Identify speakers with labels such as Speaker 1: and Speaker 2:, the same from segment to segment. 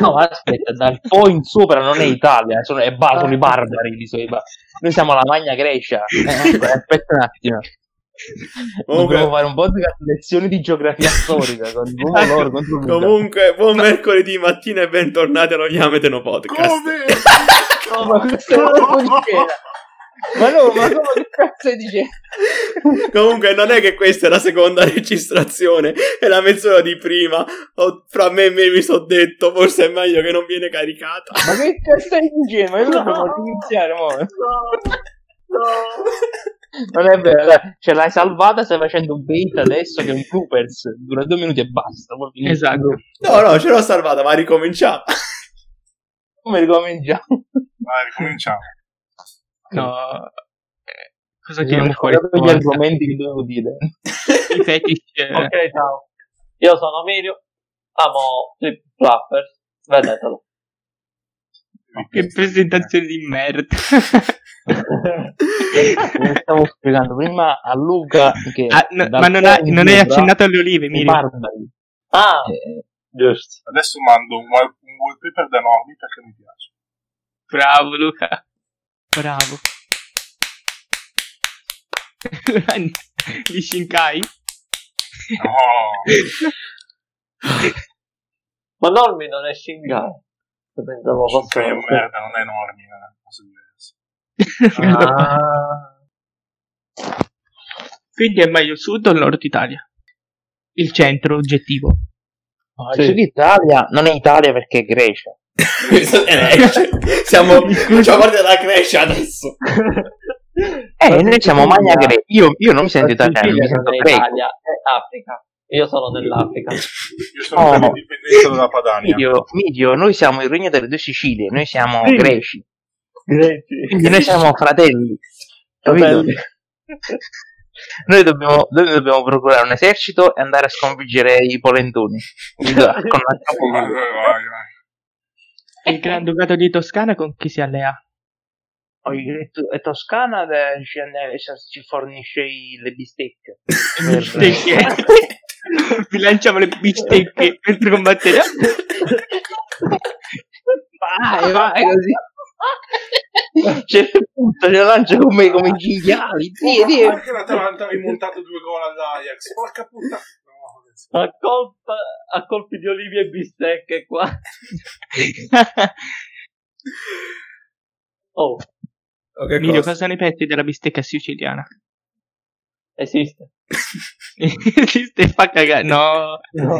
Speaker 1: No, aspetta, dal po' in sopra non è Italia, sono, è ba-
Speaker 2: Ah.
Speaker 1: sono i barbari di solito. Noi siamo la Magna Grecia. Eh, aspetta un attimo.
Speaker 2: Comunque-
Speaker 1: Dobbiamo fare un po' di lezioni di geografia storica con Nuovo Loro contro Buda.
Speaker 2: Comunque, buon mercoledì mattina e bentornati allo Yameteno Podcast.
Speaker 3: Come?
Speaker 1: No, ma questo è un po' di scena. Ma no, ma come che cazzo dice?
Speaker 2: Comunque, non è che questa è la seconda registrazione, è la mezz'ora di prima. Ho- fra me e me mi sono detto, forse è meglio che non viene caricata.
Speaker 1: Ma che cazzo stai dicendo? Ma io devo iniziare, mo. Non è vero, dai, cioè l'hai salvata, stai facendo un bait adesso che è un bloopers, dura due minuti e basta. poi finisce.
Speaker 3: Esatto.
Speaker 2: No, no, ce l'ho salvata, ma ricominciamo.
Speaker 1: Come ricominciamo?
Speaker 3: Vai, ricominciamo. No. eh, Cosa
Speaker 1: Non
Speaker 3: chiamiamo fuori?
Speaker 1: ricordo gli argomenti che dovevo dire.
Speaker 3: I fetish. eh,
Speaker 1: Ok, ciao. Io sono Mirio, amo i flappers, vedetelo.
Speaker 3: Che presentazione di merda.
Speaker 1: stavo spiegando prima a Luca che...
Speaker 3: Ah, no,
Speaker 1: dal
Speaker 3: ma non, ha-
Speaker 1: po' in
Speaker 3: non hai
Speaker 1: sopra
Speaker 3: accennato alle olive,
Speaker 1: i
Speaker 3: Miri.
Speaker 1: barbari. Ah, eh, giusto.
Speaker 4: Adesso mando un, wall- un wallpaper da Norby perché mi piace.
Speaker 3: Bravo, Luca. Bravo. Di Shinkai.
Speaker 4: No,
Speaker 5: Ma Normi non è Shingai. Io Pensavo fosse
Speaker 4: è un merda, non è Norby, è una cosa diversa.
Speaker 5: Ah.
Speaker 3: Quindi è meglio il sud o il nord Italia? Il centro oggettivo.
Speaker 1: Ah, il Sud Italia non è Italia perché è Grecia.
Speaker 2: Siamo, facciamo parte della Grecia adesso.
Speaker 5: Ma
Speaker 1: Eh, noi siamo Magna
Speaker 5: Sicilia-
Speaker 1: Grecia. Io, io non mi sento
Speaker 5: Sicilia
Speaker 1: italiano, mi sento
Speaker 5: non è
Speaker 1: greco.
Speaker 5: Italia, è Africa. Io sono dell'Africa.
Speaker 4: Io sono per
Speaker 1: No.
Speaker 4: l'indipendenza dalla Padania.
Speaker 1: Midio, Midio, noi siamo il regno delle due Sicilie, noi siamo
Speaker 3: Sì.
Speaker 1: greci. Quindi noi siamo fratelli. capito?
Speaker 5: Fratelli.
Speaker 1: Noi dobbiamo, noi dobbiamo procurare un esercito e andare a sconfiggere i polentoni. Con la
Speaker 4: Vai, vai, vai, vai.
Speaker 3: Il Gran Ducato di Toscana con chi si allea?
Speaker 2: Mm.
Speaker 1: E Toscana ci fornisce le bistecche.
Speaker 3: Bistecche. Vi lanciamo le bistecche mentre combattete.
Speaker 2: Ah,
Speaker 1: vai, vai così. C'è punto, ce la lancia come, come i cinghiali. Dì, dì.
Speaker 4: Ma perché l'Atalanta ha rimontato due gol all'Ajax? Porca puttana. No, ragazzi.
Speaker 5: A, colpa- a colpi di olive e bistecche qua. Oh,
Speaker 2: Ok,
Speaker 3: Emilio,
Speaker 2: cosa?
Speaker 3: cosa ne pensi della bistecca siciliana?
Speaker 5: esiste.
Speaker 3: Esiste e fa cagare. No,
Speaker 5: No.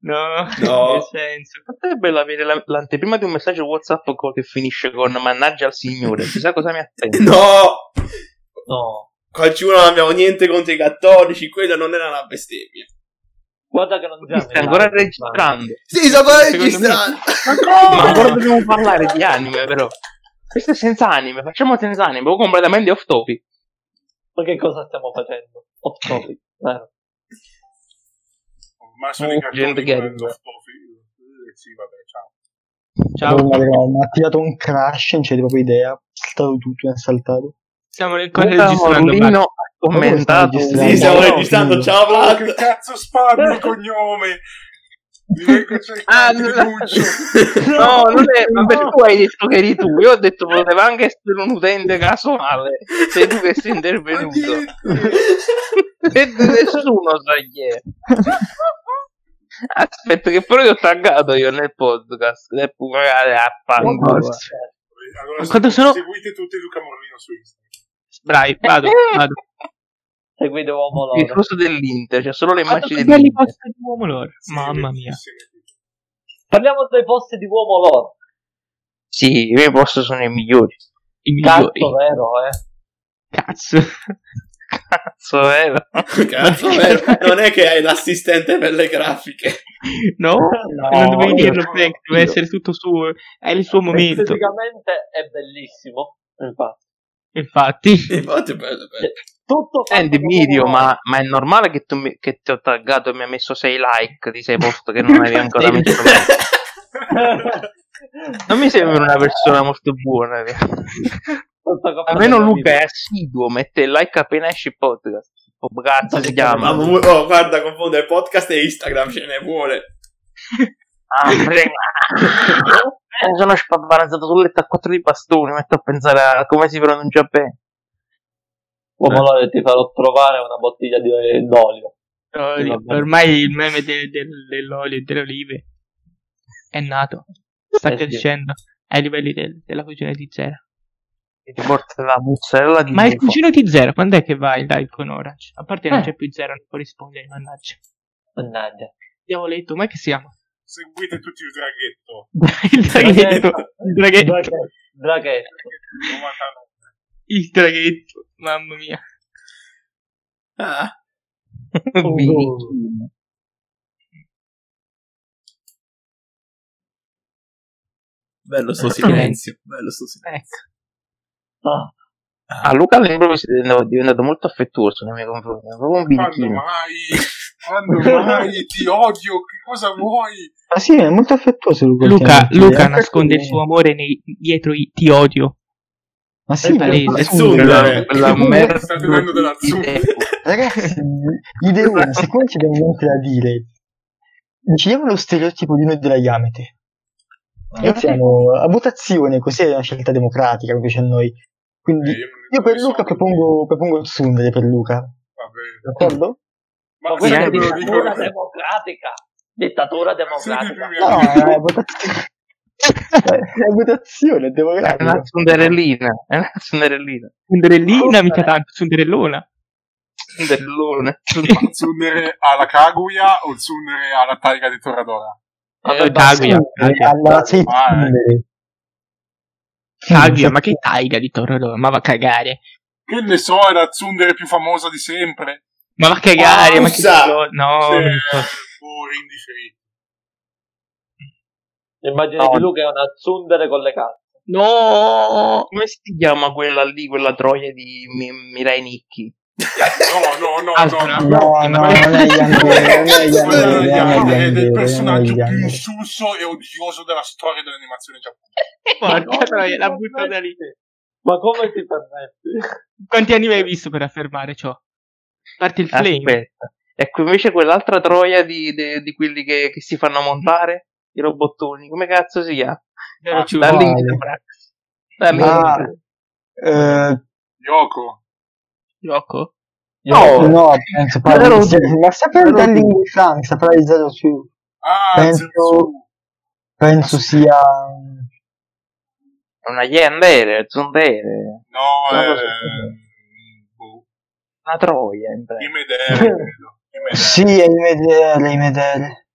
Speaker 3: no,
Speaker 2: No.
Speaker 3: nel senso.
Speaker 1: Quanto è bello avere la- l'anteprima di un messaggio WhatsApp co- che finisce con mannaggia al signore, chissà cosa mi attende.
Speaker 2: No!
Speaker 5: No.
Speaker 2: Qua ci uno non abbiamo niente contro i cattolici, quella non era una bestemmia.
Speaker 5: Guarda che non
Speaker 1: Mi
Speaker 5: siamo
Speaker 1: stai
Speaker 5: in
Speaker 1: ancora
Speaker 5: live,
Speaker 1: registrando.
Speaker 2: Sì, stavo
Speaker 3: Secondo
Speaker 2: registrando.
Speaker 1: Ma ancora dobbiamo parlare di anime, però. Questo è senza anime, facciamo senza anime, proprio completamente off topic.
Speaker 5: Ma che cosa stiamo facendo? Off topic, vero?
Speaker 4: Ormai sono i cartoni
Speaker 1: Mm, gente
Speaker 4: con
Speaker 1: che
Speaker 4: il
Speaker 1: arriva.
Speaker 4: sottofilo. Eh, Sì, vabbè, ciao.
Speaker 3: Ciao,
Speaker 6: Madonna, raga, mi ha tirato un crash, non c'è proprio idea. È saltato tutto, mi ha saltato.
Speaker 3: stiamo ancora registrando.
Speaker 1: Paolino
Speaker 3: Marco.
Speaker 1: ha commentato.
Speaker 6: Ma come stiamo
Speaker 2: Sì, stiamo
Speaker 6: No,
Speaker 2: registrando.
Speaker 6: sì.
Speaker 2: Ciao,
Speaker 4: Oh,
Speaker 2: Vlad.
Speaker 4: che cazzo spammi il cognome? Direi che c'è il
Speaker 1: Ah,
Speaker 4: cazzo di
Speaker 1: no.
Speaker 4: Duccio.
Speaker 1: No, non è, ma perché tu hai detto che eri tu? Io ho detto poteva anche essere un utente casuale. Sei tu che sei
Speaker 4: Ma
Speaker 1: intervenuto.
Speaker 4: chi-
Speaker 1: E nessuno sa chi è. Aspetta, che però io ho taggato io nel podcast. E pure a fanculo.
Speaker 4: Allora,
Speaker 3: Quando sono-
Speaker 4: seguite tutti Luca Morlino su Instagram.
Speaker 3: Bravi, vado, Eh, vado.
Speaker 5: Seguite Uomo
Speaker 1: Il
Speaker 5: Loro.
Speaker 1: coso dell'Inter, c'è solo le
Speaker 3: Vado
Speaker 1: immagini
Speaker 3: con belli
Speaker 1: dell'Inter.
Speaker 3: posti di uomo lore. Mamma mia.
Speaker 5: Parliamo dei posti di Uomo Loro.
Speaker 1: Sì, i miei post sono i migliori.
Speaker 3: I migliori.
Speaker 5: Cazzo, vero, eh?
Speaker 3: Cazzo.
Speaker 1: Cazzo, vero?
Speaker 2: Cazzo, vero? non è che hai l'assistente per le grafiche.
Speaker 3: No,
Speaker 1: Oh, No,
Speaker 3: non dovevi
Speaker 1: io-
Speaker 3: dirlo, Frank.
Speaker 1: io-
Speaker 3: Deve essere tutto suo. È il suo momento.
Speaker 5: Esteticamente è bellissimo. Infatti.
Speaker 3: Infatti,
Speaker 2: Infatti, bello, bello.
Speaker 5: Tutto fatto
Speaker 1: Senti,
Speaker 5: da
Speaker 1: Mirio,
Speaker 5: uomo
Speaker 1: ma, ma è normale che, tu mi- che ti ho taggato e mi hai messo 6 like di 6 post che non avevi ancora messo?
Speaker 5: loro.
Speaker 1: Non mi sembra una persona molto buona. eh.
Speaker 5: Tutto fatto
Speaker 1: Almeno
Speaker 5: da
Speaker 1: Luca
Speaker 5: uomo.
Speaker 1: è assiduo, mette like appena esce il podcast. Podcast si
Speaker 2: Ma
Speaker 1: chiama.
Speaker 2: vu- oh, guarda, confondere podcast e Instagram, ce ne vuole.
Speaker 1: Ah, prego. sono spabarazzato sul letto a quattro di bastoni, metto a pensare a come si pronuncia bene.
Speaker 5: Uomo allora ti farò trovare una bottiglia di- eh, d'olio.
Speaker 3: Olio.
Speaker 5: Vabbè.
Speaker 3: Ormai il meme de- del- dell'olio e delle olive è nato. Sta
Speaker 5: Eh sì.
Speaker 3: crescendo ai livelli del- della cucina di Zero.
Speaker 1: E Ti porta la mozzarella di
Speaker 3: Ma il
Speaker 1: bufala.
Speaker 3: cugino di Zero, quando è che vai in live con Orange? A parte non
Speaker 1: Eh.
Speaker 3: c'è più Zero, non può rispondere, mannaggia.
Speaker 5: Mannaggia.
Speaker 3: Diavoletto, ma che si chiama?
Speaker 4: Seguite tutti il draghetto.
Speaker 3: Il draghetto. Il
Speaker 1: Ecco.
Speaker 5: Draghetto.
Speaker 3: draghetto.
Speaker 5: Draghetto.
Speaker 4: 99.
Speaker 3: Il draghetto. Mamma mia.
Speaker 2: Ah,
Speaker 1: Minchia.
Speaker 2: bello sto silenzio. Bello sto silenzio.
Speaker 3: Ecco.
Speaker 5: Ah,
Speaker 1: Ah, Luca all'improvviso è diventato- diventato molto affettuoso nei miei confronti, è proprio un
Speaker 4: Quando
Speaker 1: birichino.
Speaker 4: mai? Quando mai ti odio? Che cosa vuoi?
Speaker 6: Ma sì, è molto affettuoso Luca.
Speaker 3: Luca,
Speaker 6: ultimamente.
Speaker 3: Luca
Speaker 6: Eh,
Speaker 3: nasconde il
Speaker 6: perché-
Speaker 3: suo amore nei- dietro i ti odio.
Speaker 6: Ma sì,
Speaker 5: È
Speaker 6: ma- eh.
Speaker 3: palese,
Speaker 6: ma-
Speaker 2: è
Speaker 6: scusa,
Speaker 2: Zunder.
Speaker 6: ragazzi,
Speaker 1: Quella merda
Speaker 4: Sta tenendo della
Speaker 1: di
Speaker 4: zucca.
Speaker 1: tempo.
Speaker 6: Ragazzi, l'idea una, siccome ci abbiamo niente da dire, decidiamo lo stereotipo di noi della Yamete. Noi siamo a votazione, così è una scelta democratica, mi piace a noi. Quindi
Speaker 4: Eh, io non-
Speaker 6: io per
Speaker 4: non
Speaker 6: Luca
Speaker 4: so.
Speaker 6: propongo, propongo il Tsundere per Luca,
Speaker 4: Va bene.
Speaker 6: d'accordo?
Speaker 4: Ma
Speaker 1: quella
Speaker 4: se
Speaker 1: è
Speaker 4: me lo
Speaker 5: dittatura
Speaker 4: ricordo.
Speaker 5: democratica. Dittatura
Speaker 4: Siete i
Speaker 5: democratica.
Speaker 4: primi
Speaker 6: No,
Speaker 4: a-
Speaker 6: è a votazione. è a votazione, è
Speaker 1: È
Speaker 6: democratica.
Speaker 1: una sunderellina, è una sunderellina.
Speaker 3: Sunderellina, mica tanto, Sunderellona.
Speaker 1: Sunderellone.
Speaker 4: il Tsundere alla Kaguya o il Tsundere alla Taiga di Toradora?
Speaker 5: Vabbè,
Speaker 3: Eh,
Speaker 5: basta.
Speaker 3: Kaguya. Kaguya.
Speaker 6: Allora, sei
Speaker 4: Ah, eh.
Speaker 6: Tsundere.
Speaker 3: Kaguya, ma che taiga di Torrelona? Ma va a cagare.
Speaker 4: Che ne so, è la Tsundere più famosa di sempre.
Speaker 3: Ma va a cagare, ma che
Speaker 2: Pausa!
Speaker 3: cazzo- No,
Speaker 4: Se-
Speaker 3: Mirko.
Speaker 4: boh, rindi free.
Speaker 5: Immagini
Speaker 1: No.
Speaker 5: di Luca è una zundere con le cazzo.
Speaker 1: No, Oh, come si chiama quella lì, quella troia di Mi- Mirai Nicchi?
Speaker 4: No, no, no,
Speaker 3: Ah,
Speaker 4: no.
Speaker 3: scusa.
Speaker 4: no.
Speaker 6: No, no, non è Yandere, non è Yandere, non è Yandere,
Speaker 4: È
Speaker 6: non
Speaker 4: del
Speaker 6: è
Speaker 4: personaggio più
Speaker 6: Yandere.
Speaker 4: insulso e odioso della storia dell'animazione giapponese.
Speaker 3: Porca troia,
Speaker 5: la
Speaker 3: la buttata lì.
Speaker 5: Ma come ti permetti?
Speaker 3: Quanti anime hai visto per affermare ciò? Parti il flame.
Speaker 1: Ah, Aspetta. Ecco invece quell'altra troia di, de- di quelli che, che si fanno montare, i robottoni, come cazzo si chiama? Ah,
Speaker 3: Zero Chu.
Speaker 1: Da lì,
Speaker 6: vale.
Speaker 1: sembra. Da lì.
Speaker 6: Ah, Eh,
Speaker 4: Yoko.
Speaker 3: Gioco?
Speaker 1: No.
Speaker 6: No, penso parli
Speaker 1: Zero
Speaker 6: di
Speaker 1: su.
Speaker 6: Zero- ma saprai
Speaker 1: Zero
Speaker 6: da
Speaker 1: su.
Speaker 6: Lingui Frank, saprai di Zero su.
Speaker 4: Ah,
Speaker 6: Penso-
Speaker 4: Zetsu.
Speaker 6: Penso sia
Speaker 1: È una Yandere, Zundere,
Speaker 4: No, eh,
Speaker 1: Non lo
Speaker 4: è...
Speaker 1: so.
Speaker 4: Boh.
Speaker 1: una troia. in breve.
Speaker 4: Imedere, credo. Imedere.
Speaker 6: Sì, è il Medere, i Medere.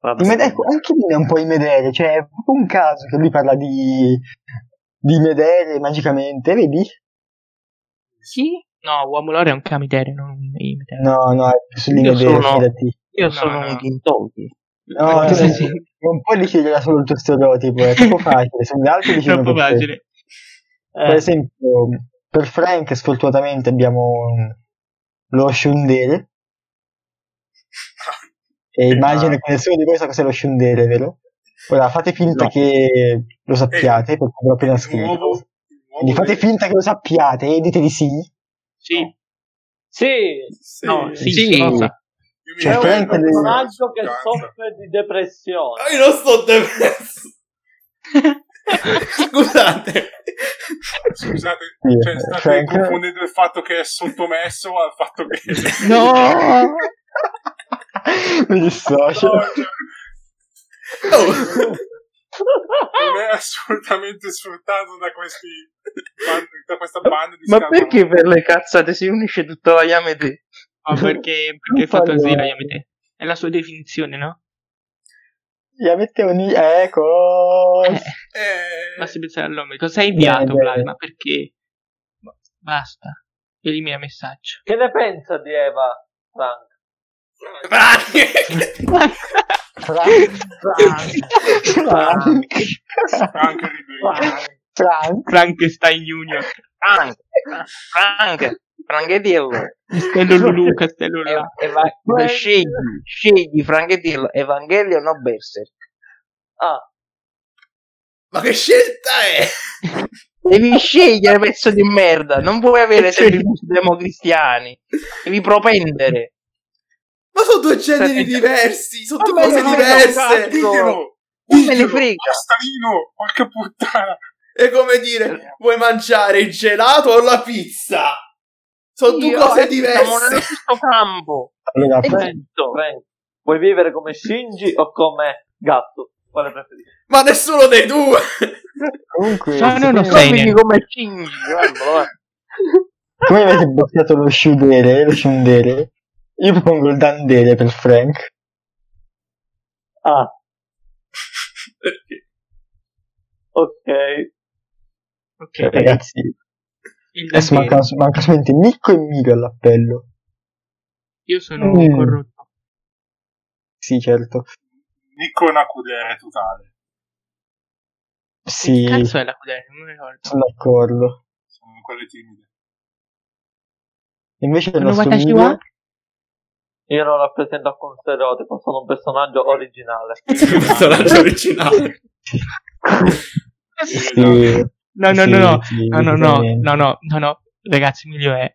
Speaker 1: Vabbè.
Speaker 6: I Medere- ecco, anche lui è un po' i Medere, cioè è proprio un caso che lui parla di di Medere magicamente, vedi?
Speaker 1: Sì?
Speaker 3: No, Uomo Lore è un Kamitere, non un Imiter.
Speaker 6: No, no, è sugli
Speaker 1: Io
Speaker 6: Medere,
Speaker 1: sono-
Speaker 6: fidati.
Speaker 1: Io
Speaker 3: No,
Speaker 1: sono
Speaker 3: no.
Speaker 1: un Gintoki.
Speaker 6: No,
Speaker 3: Sì,
Speaker 6: no,
Speaker 3: sì.
Speaker 6: non puoi decidere solo il tuo stereotipo, è troppo facile, sono gli altri che decidono
Speaker 3: Troppo
Speaker 6: per te.
Speaker 3: facile. Eh.
Speaker 6: Per esempio, per Frank sfortunatamente abbiamo mm, lo Shundere. E immagino che nessuno di voi sa cos'è lo Shundere, vero? Ora fate finta
Speaker 1: No.
Speaker 6: che lo
Speaker 4: Eh,
Speaker 6: sappiate, perché l'ho appena
Speaker 4: Il nuovo-
Speaker 6: scritto.
Speaker 4: il nuovo
Speaker 6: Quindi fate
Speaker 4: del-
Speaker 6: finta che lo sappiate e dite di sì.
Speaker 3: Sì,
Speaker 5: Sì,
Speaker 2: Sì.
Speaker 3: no, sì,
Speaker 1: Sì.
Speaker 3: cosa?
Speaker 4: Io mi
Speaker 6: Cioè,
Speaker 4: ricordo
Speaker 5: è un
Speaker 6: Frank
Speaker 4: una
Speaker 6: del-
Speaker 5: personaggio che
Speaker 4: cazzo.
Speaker 5: soffre di depressione.
Speaker 2: Ah, Io non sto depresso. Scusate.
Speaker 4: Scusate,
Speaker 6: Sì,
Speaker 4: cioè, state
Speaker 6: Eh, Frank-
Speaker 4: confondendo il fatto che è sottomesso al fatto che...
Speaker 3: No!
Speaker 6: Mi dissocio.
Speaker 4: No, cioè,
Speaker 2: Oh,
Speaker 4: non è assolutamente sfruttato da questi da questa banda di
Speaker 1: Ma
Speaker 4: scatole.
Speaker 1: perché per le cazzate si unisce tutta la Yamete?
Speaker 3: Ma Ah, perché, perché è fatto così la Yamete? È la sua definizione, no?
Speaker 6: Gli avete un... Ecco.
Speaker 4: Eh,
Speaker 3: Eh, Basta pensare all'uomo. Cosa hai inviato,
Speaker 6: Bene,
Speaker 3: Vlad?
Speaker 6: bene.
Speaker 3: Ma perché? Ma- Basta. Elimina messaggio.
Speaker 5: Che ne pensa di Eva, Frank?
Speaker 2: vai.
Speaker 6: Frank. Frank.
Speaker 4: Frank Ribeiro.
Speaker 5: Frank.
Speaker 6: Frank.
Speaker 3: Frankenstein Junior.
Speaker 1: Frank, Frank, Franchetillo.
Speaker 3: Castello Lulu, Castello Lulu.
Speaker 1: Eva- Eva- scegli, scegli Franchetillo, Evangelion o Berserk.
Speaker 5: Ah,
Speaker 2: Ma che scelta è?
Speaker 1: Devi scegliere, pezzo di merda. Non puoi avere sempre i democristiani. Devi propendere.
Speaker 2: Ma sono due generi diversi, sono due cose
Speaker 4: non è
Speaker 2: diverse.
Speaker 4: Diglielo!
Speaker 7: Chi me ne
Speaker 4: Diglielo,
Speaker 7: frega?
Speaker 4: Bastarino! Porca puttana!
Speaker 2: È come dire, vuoi mangiare il gelato o la pizza? Sono due
Speaker 1: Io, eh, Siamo nello
Speaker 2: cose diverse.
Speaker 1: stesso campo.
Speaker 6: Allora,
Speaker 7: Eh,
Speaker 6: pre-
Speaker 5: Frank, vuoi vivere come Shinji o come gatto? Quale preferisci?
Speaker 2: Ma nessuno dei due.
Speaker 6: comunque,
Speaker 3: Sono
Speaker 6: siccome-
Speaker 3: uno
Speaker 1: Cioè, Sei
Speaker 3: Sei
Speaker 1: quindi
Speaker 3: nel-
Speaker 1: come Shinji, guardalo, guarda.
Speaker 6: Come avete bocciato lo Shudere, lo Shundere, io propongo il Dandele per Frank.
Speaker 5: Ah, ok.
Speaker 6: Cioè,
Speaker 3: Ok,
Speaker 6: ragazzi,
Speaker 3: il
Speaker 6: adesso
Speaker 3: Dante.
Speaker 6: mancano, mancano solamente Nicco e Milo all'appello.
Speaker 3: Io sono
Speaker 6: Mm.
Speaker 3: corrotto.
Speaker 6: Sì, certo.
Speaker 4: Nico è una culere totale.
Speaker 6: Sì,
Speaker 3: Che cazzo è la Cudere? Non mi ricordo.
Speaker 6: sono d'accordo.
Speaker 4: Sono quelle timide.
Speaker 6: Invece il
Speaker 3: Sono
Speaker 6: nostro
Speaker 3: Watashi
Speaker 6: Milo...
Speaker 3: wa?
Speaker 5: Io non rappresento alcun stereotipo, sono un personaggio originale.
Speaker 2: Il personaggio originale.
Speaker 6: Eh, Sì,
Speaker 3: No, no,
Speaker 6: sì,
Speaker 3: no, no,
Speaker 6: sì,
Speaker 3: no, no, no,
Speaker 6: esattamente.
Speaker 3: no, no, no, no, ragazzi, meglio è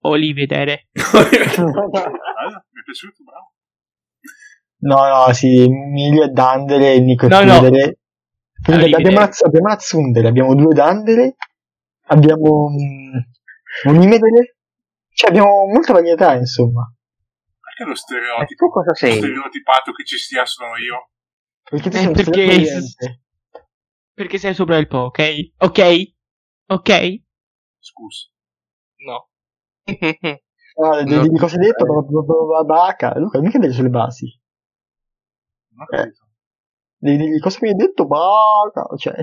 Speaker 3: Olivedere.
Speaker 6: Eh?
Speaker 4: Bello, mi è piaciuto, bravo.
Speaker 6: No, no, sì, Emilio e Dandele, Nico e
Speaker 3: No, no.
Speaker 6: Fudere. Quindi
Speaker 3: Arrivederci.
Speaker 6: abbiamo, la, abbiamo la Tsundere, abbiamo due Dandele, abbiamo mm, un Imedere, cioè abbiamo molta varietà, insomma.
Speaker 4: Perché lo
Speaker 1: E
Speaker 4: stereotipo?
Speaker 1: Eh, tu cosa
Speaker 4: Lo
Speaker 1: sei?
Speaker 4: stereotipato che ci sia sono io.
Speaker 6: Perché tu
Speaker 3: Eh,
Speaker 6: sei un
Speaker 3: perché-
Speaker 6: straniero.
Speaker 3: Perché sei sopra il po', ok? Ok? Ok?
Speaker 4: Scusa.
Speaker 3: No.
Speaker 6: No,
Speaker 1: No.
Speaker 6: Ah, di cosa hai
Speaker 3: Eh.
Speaker 6: detto? Ba- ba- ba- ba- Baca. Luca, mica delle sulle basi. Eh,
Speaker 4: Non ho capito.
Speaker 6: Devi dirgli cosa mi hai detto? Baca. Cioè,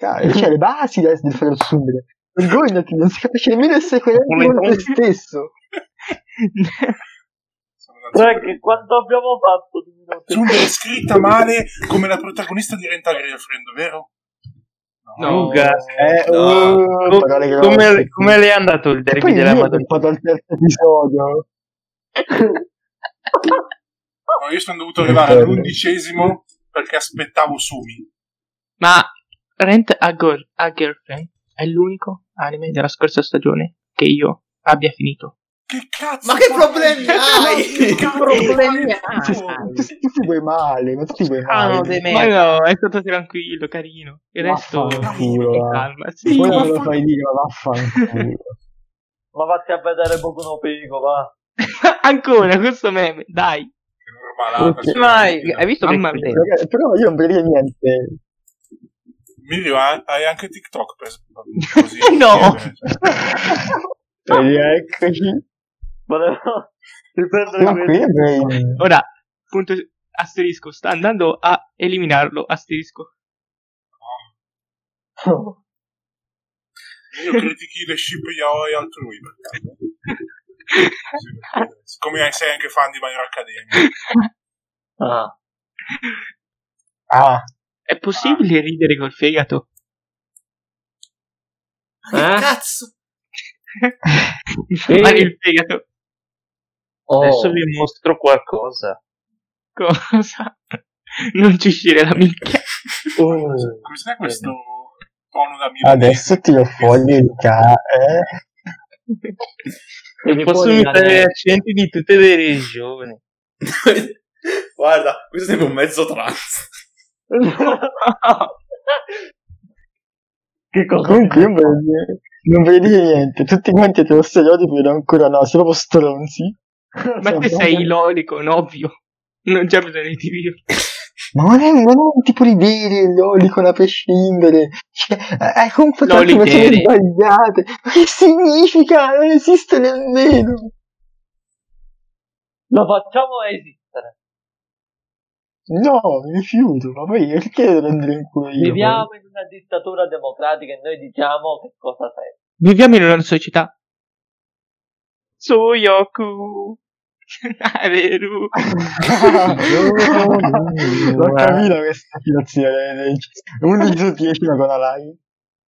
Speaker 6: cioè, cioè, le basi del, del fare assumere. Vergognati, non si capisce nemmeno il
Speaker 1: Come
Speaker 6: sequenziale
Speaker 1: no?
Speaker 6: te stesso.
Speaker 4: Sono una
Speaker 5: Frank, quanto abbiamo fatto di minuti?
Speaker 4: Zunda è scritta male come la protagonista di Rental Girlfriend, vero?
Speaker 3: No.
Speaker 1: Luca,
Speaker 6: Eh,
Speaker 2: No.
Speaker 6: oh,
Speaker 1: co-
Speaker 6: parole grosse.
Speaker 1: come, come le è andato il
Speaker 6: E poi
Speaker 1: derby
Speaker 6: io
Speaker 1: della
Speaker 6: ho
Speaker 1: Madonna?
Speaker 6: fatto al terzo episodio.
Speaker 4: No, io sono dovuto arrivare all'undicesimo perché aspettavo Sumi.
Speaker 3: Ma Rent a, Girl- a Girlfriend è l'unico anime della scorsa stagione che io abbia finito.
Speaker 4: Che cazzo?
Speaker 2: Ma che
Speaker 4: fa-
Speaker 2: problemi hai?
Speaker 4: Che cazzo
Speaker 1: problemi
Speaker 4: fa il
Speaker 1: hai?
Speaker 4: tuo?
Speaker 6: Tu, tu ti vuoi male, ma tu ti vuoi
Speaker 1: Ah, no,
Speaker 6: male.
Speaker 1: dei
Speaker 3: Ma
Speaker 1: merda.
Speaker 3: no, è stato tranquillo, carino. Il resto...
Speaker 6: Vaffanculo, va.
Speaker 3: Calma, sì.
Speaker 6: Poi
Speaker 4: ma
Speaker 6: me lo
Speaker 4: fa-
Speaker 6: fai dire, ma vaffanculo.
Speaker 5: Ma vatti a vedere Boku no Pico, va.
Speaker 3: Ancora questo meme, dai.
Speaker 4: Che normalata,
Speaker 6: Ok.
Speaker 1: Mai,
Speaker 4: cioè,
Speaker 1: hai visto che
Speaker 3: Mamma mia.
Speaker 1: c'è?
Speaker 6: Ragazzi, Però io non voglio dire niente.
Speaker 4: Mirio, ha- hai anche TikTok per così.
Speaker 3: No.
Speaker 4: Eh,
Speaker 6: E eccoci.
Speaker 5: Volevo riprendere
Speaker 6: Ma qui
Speaker 5: questo.
Speaker 6: avrei...
Speaker 3: Ora, punto asterisco, sta andando a eliminarlo, asterisco.
Speaker 4: Io critichi le ship yaoi altrui. perché- Sì, Siccome sei anche fan di My Hero Academia.
Speaker 5: Ah,
Speaker 6: Ah,
Speaker 3: È possibile ridere col fegato?
Speaker 5: eh?
Speaker 2: Cazzo.
Speaker 3: Ma il fegato
Speaker 5: Oh.
Speaker 1: Adesso vi mostro qualcosa.
Speaker 3: cosa? Non ci uscire la minchia.
Speaker 4: Cos'è questo tono da milanese?
Speaker 6: adesso tiro fuori il ca... Eh?
Speaker 5: E
Speaker 1: Posso imitare gli accenti di tutte le regioni.
Speaker 2: Guarda, questo sembra un mezzo trans.
Speaker 5: Che cosa?
Speaker 6: Comunque io non voglio dire... Non voglio dire niente, tutti quanti eterosterioti però ancora no, sono proprio stronzi.
Speaker 3: Ma te sei ilolico, no, ovvio. Non c'è bisogno di dirlo.
Speaker 6: Ma non è, non è un tipo di dire l'olicon a prescindere. Cioè, hai confrontato le persone
Speaker 3: L'olicere.
Speaker 6: sbagliate. Ma che significa? Non esiste nemmeno.
Speaker 5: Lo facciamo esistere.
Speaker 6: No, mi rifiuto, ma poi perché devo prendere in culo io?
Speaker 5: Viviamo in una dittatura democratica e noi diciamo che cosa sei.
Speaker 3: Viviamo in una società. Suyoku. Areru.
Speaker 6: Non capito questa situazione. 11 su 10 ma con la live.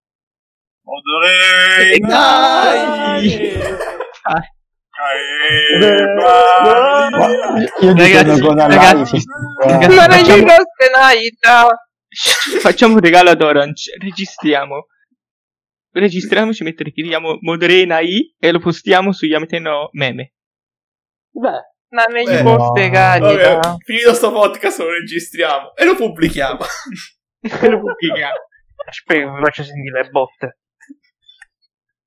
Speaker 4: Odorei!
Speaker 3: Ah,
Speaker 4: Cae Maria.
Speaker 6: Io
Speaker 3: Ragazzi,
Speaker 6: dico con la
Speaker 3: ragazzi,
Speaker 6: live Eh, questi
Speaker 7: Ma
Speaker 3: ragazzi,
Speaker 6: qua.
Speaker 7: non
Speaker 3: facciamo-
Speaker 7: gli costa naita.
Speaker 3: Facciamo un regalo ad Orange, registriamo. Registriamo, ci mettiamo Modrena I e lo postiamo su Yamete no meme.
Speaker 5: Beh,
Speaker 3: Non ne
Speaker 2: Beh,
Speaker 3: gli può
Speaker 6: no.
Speaker 3: fregare.
Speaker 2: Vabbè,
Speaker 3: no.
Speaker 2: finito sto podcast lo registriamo e lo pubblichiamo.
Speaker 3: Lo pubblichiamo. Aspetta, vi faccio sentire le botte.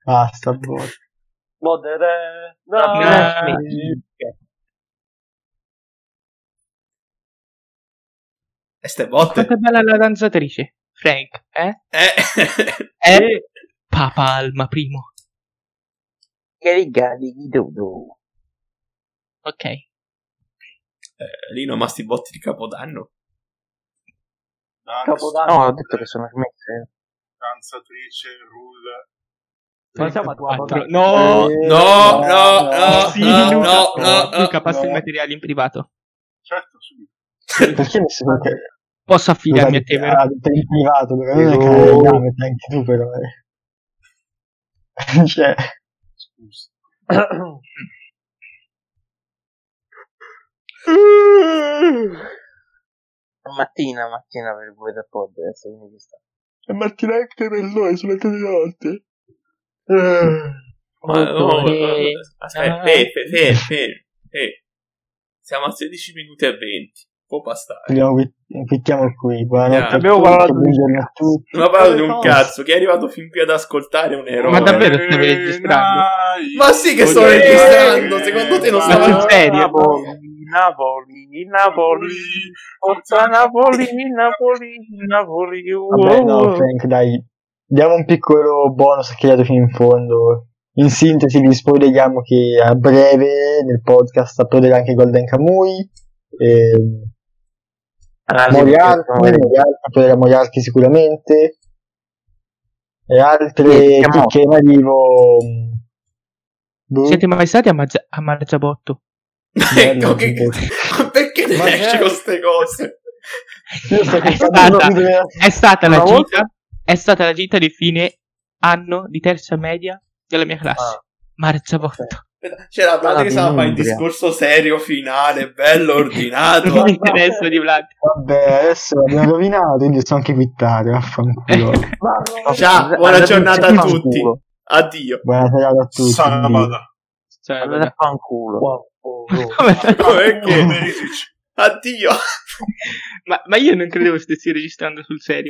Speaker 6: Basta, boh.
Speaker 5: Modere... No,
Speaker 3: Ah,
Speaker 5: no.
Speaker 2: E ste botte.
Speaker 3: Quanto è bella la danzatrice, Frank, eh?
Speaker 2: Eh.
Speaker 3: Eh? Papa Alma primo. Ok.
Speaker 2: Eh, Lino, ma sti botti di Capodanno.
Speaker 5: Capodanno.
Speaker 1: No, ho detto che sono smesse.
Speaker 4: danzatrice, rule.
Speaker 5: Ma siamo a tua
Speaker 3: Quattro.
Speaker 5: madre.
Speaker 3: No!
Speaker 6: Eh,
Speaker 2: No, no, no,
Speaker 3: Sì,
Speaker 2: no,
Speaker 3: Luca,
Speaker 2: no, no, no.
Speaker 3: Luca, passa
Speaker 6: no.
Speaker 3: i materiali in privato.
Speaker 4: Certo, subito.
Speaker 6: Perché mi sembra che
Speaker 3: Posso affidarmi
Speaker 6: Lo
Speaker 3: a te,
Speaker 6: fai-
Speaker 3: vero?
Speaker 6: ah, per il privato, perché non è che
Speaker 1: Oh.
Speaker 6: hai il nome, fai anche tu però. eh. cioè,
Speaker 4: Scusa.
Speaker 1: Mattina, mattina per voi da pod, adesso quindi ci sta.
Speaker 6: è Martina Hector per noi, sulle tre di notte.
Speaker 2: Ma- no,
Speaker 3: Odore.
Speaker 2: no, Aspetta,
Speaker 3: Ah.
Speaker 2: fermo, fermo, fermo, fermo. Siamo a 16 minuti e 20. Può bastare.
Speaker 6: Abbiamo qui- quittiamo qui, buonanotte
Speaker 2: Yeah.
Speaker 6: a
Speaker 1: Abbiamo
Speaker 6: tutti,
Speaker 1: parlato di-
Speaker 6: buongiorno a tutti.
Speaker 2: Non ho parlato di un
Speaker 6: Cosa?
Speaker 2: cazzo. Chi è arrivato fin qui ad ascoltare è un eroe.
Speaker 3: Ma davvero stavi
Speaker 4: Eh,
Speaker 3: registrando?
Speaker 4: dai.
Speaker 2: Ma sì che sto
Speaker 3: Eh,
Speaker 2: registrando. Secondo te non
Speaker 4: ma-
Speaker 3: Ma sul
Speaker 2: stavo...
Speaker 3: serio?
Speaker 1: Napoli, Napoli, Napoli, forza Napoli, Napoli, Napoli.
Speaker 6: Vabbè, no,
Speaker 1: wow.
Speaker 6: Frank, dai, diamo un piccolo bonus che hai dato fino in fondo. In sintesi, vi spoileriamo che a breve nel podcast approderà anche Golden Kamui. ehm,
Speaker 1: Ah, sì, perché
Speaker 6: Moriarty,
Speaker 1: sono le-
Speaker 6: Moriarty, proverà Moriarty sicuramente e
Speaker 1: Sì,
Speaker 6: altre
Speaker 1: siamo-
Speaker 6: chicche in arrivo mh, boh,
Speaker 3: Siete mai stati a, Mazza- a Marzabotto?
Speaker 2: Ecco
Speaker 6: bello,
Speaker 2: che...
Speaker 6: boh.
Speaker 2: Ma perché ne
Speaker 5: Ma
Speaker 2: esci
Speaker 5: che-
Speaker 2: con ste cose?
Speaker 3: È
Speaker 6: Io sto pensando
Speaker 3: stata,
Speaker 6: proprio dove-
Speaker 1: Eh,
Speaker 3: è stata la
Speaker 1: Una
Speaker 3: gita,
Speaker 1: volta-
Speaker 3: è stata la gita di fine anno di terza media della mia classe. Marzabotto.
Speaker 2: C'era Vlad
Speaker 1: Ah,
Speaker 2: che stava a fare il
Speaker 1: Umbria.
Speaker 2: discorso serio finale, bello, ordinato.
Speaker 3: Non mi interessa di Vlad.
Speaker 6: vabbè adesso l'abbiamo rovinato io so anche quittare vaffanculo
Speaker 2: Ciao, buona
Speaker 1: Andate
Speaker 2: giornata
Speaker 1: in
Speaker 2: a tutti.
Speaker 1: culo.
Speaker 2: Addio.
Speaker 6: Buona serata a tutti
Speaker 4: Sabato.
Speaker 3: Cioè,
Speaker 1: Andate a fanculo.
Speaker 3: vabbè.
Speaker 2: Perché?
Speaker 4: Perché?
Speaker 2: Addio.
Speaker 3: ma, ma io non credevo stessi registrando sul serio.